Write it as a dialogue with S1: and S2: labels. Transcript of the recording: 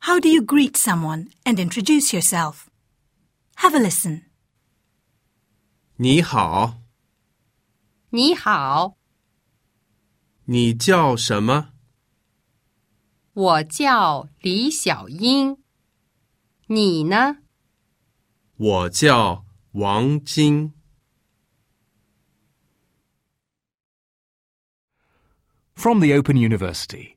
S1: How do you greet someone and introduce yourself? Have a listen.
S2: 你好，
S3: 你好，
S2: 你叫什么？
S3: 我叫李小英。你呢？
S2: 我叫王晶。
S4: From the Open University.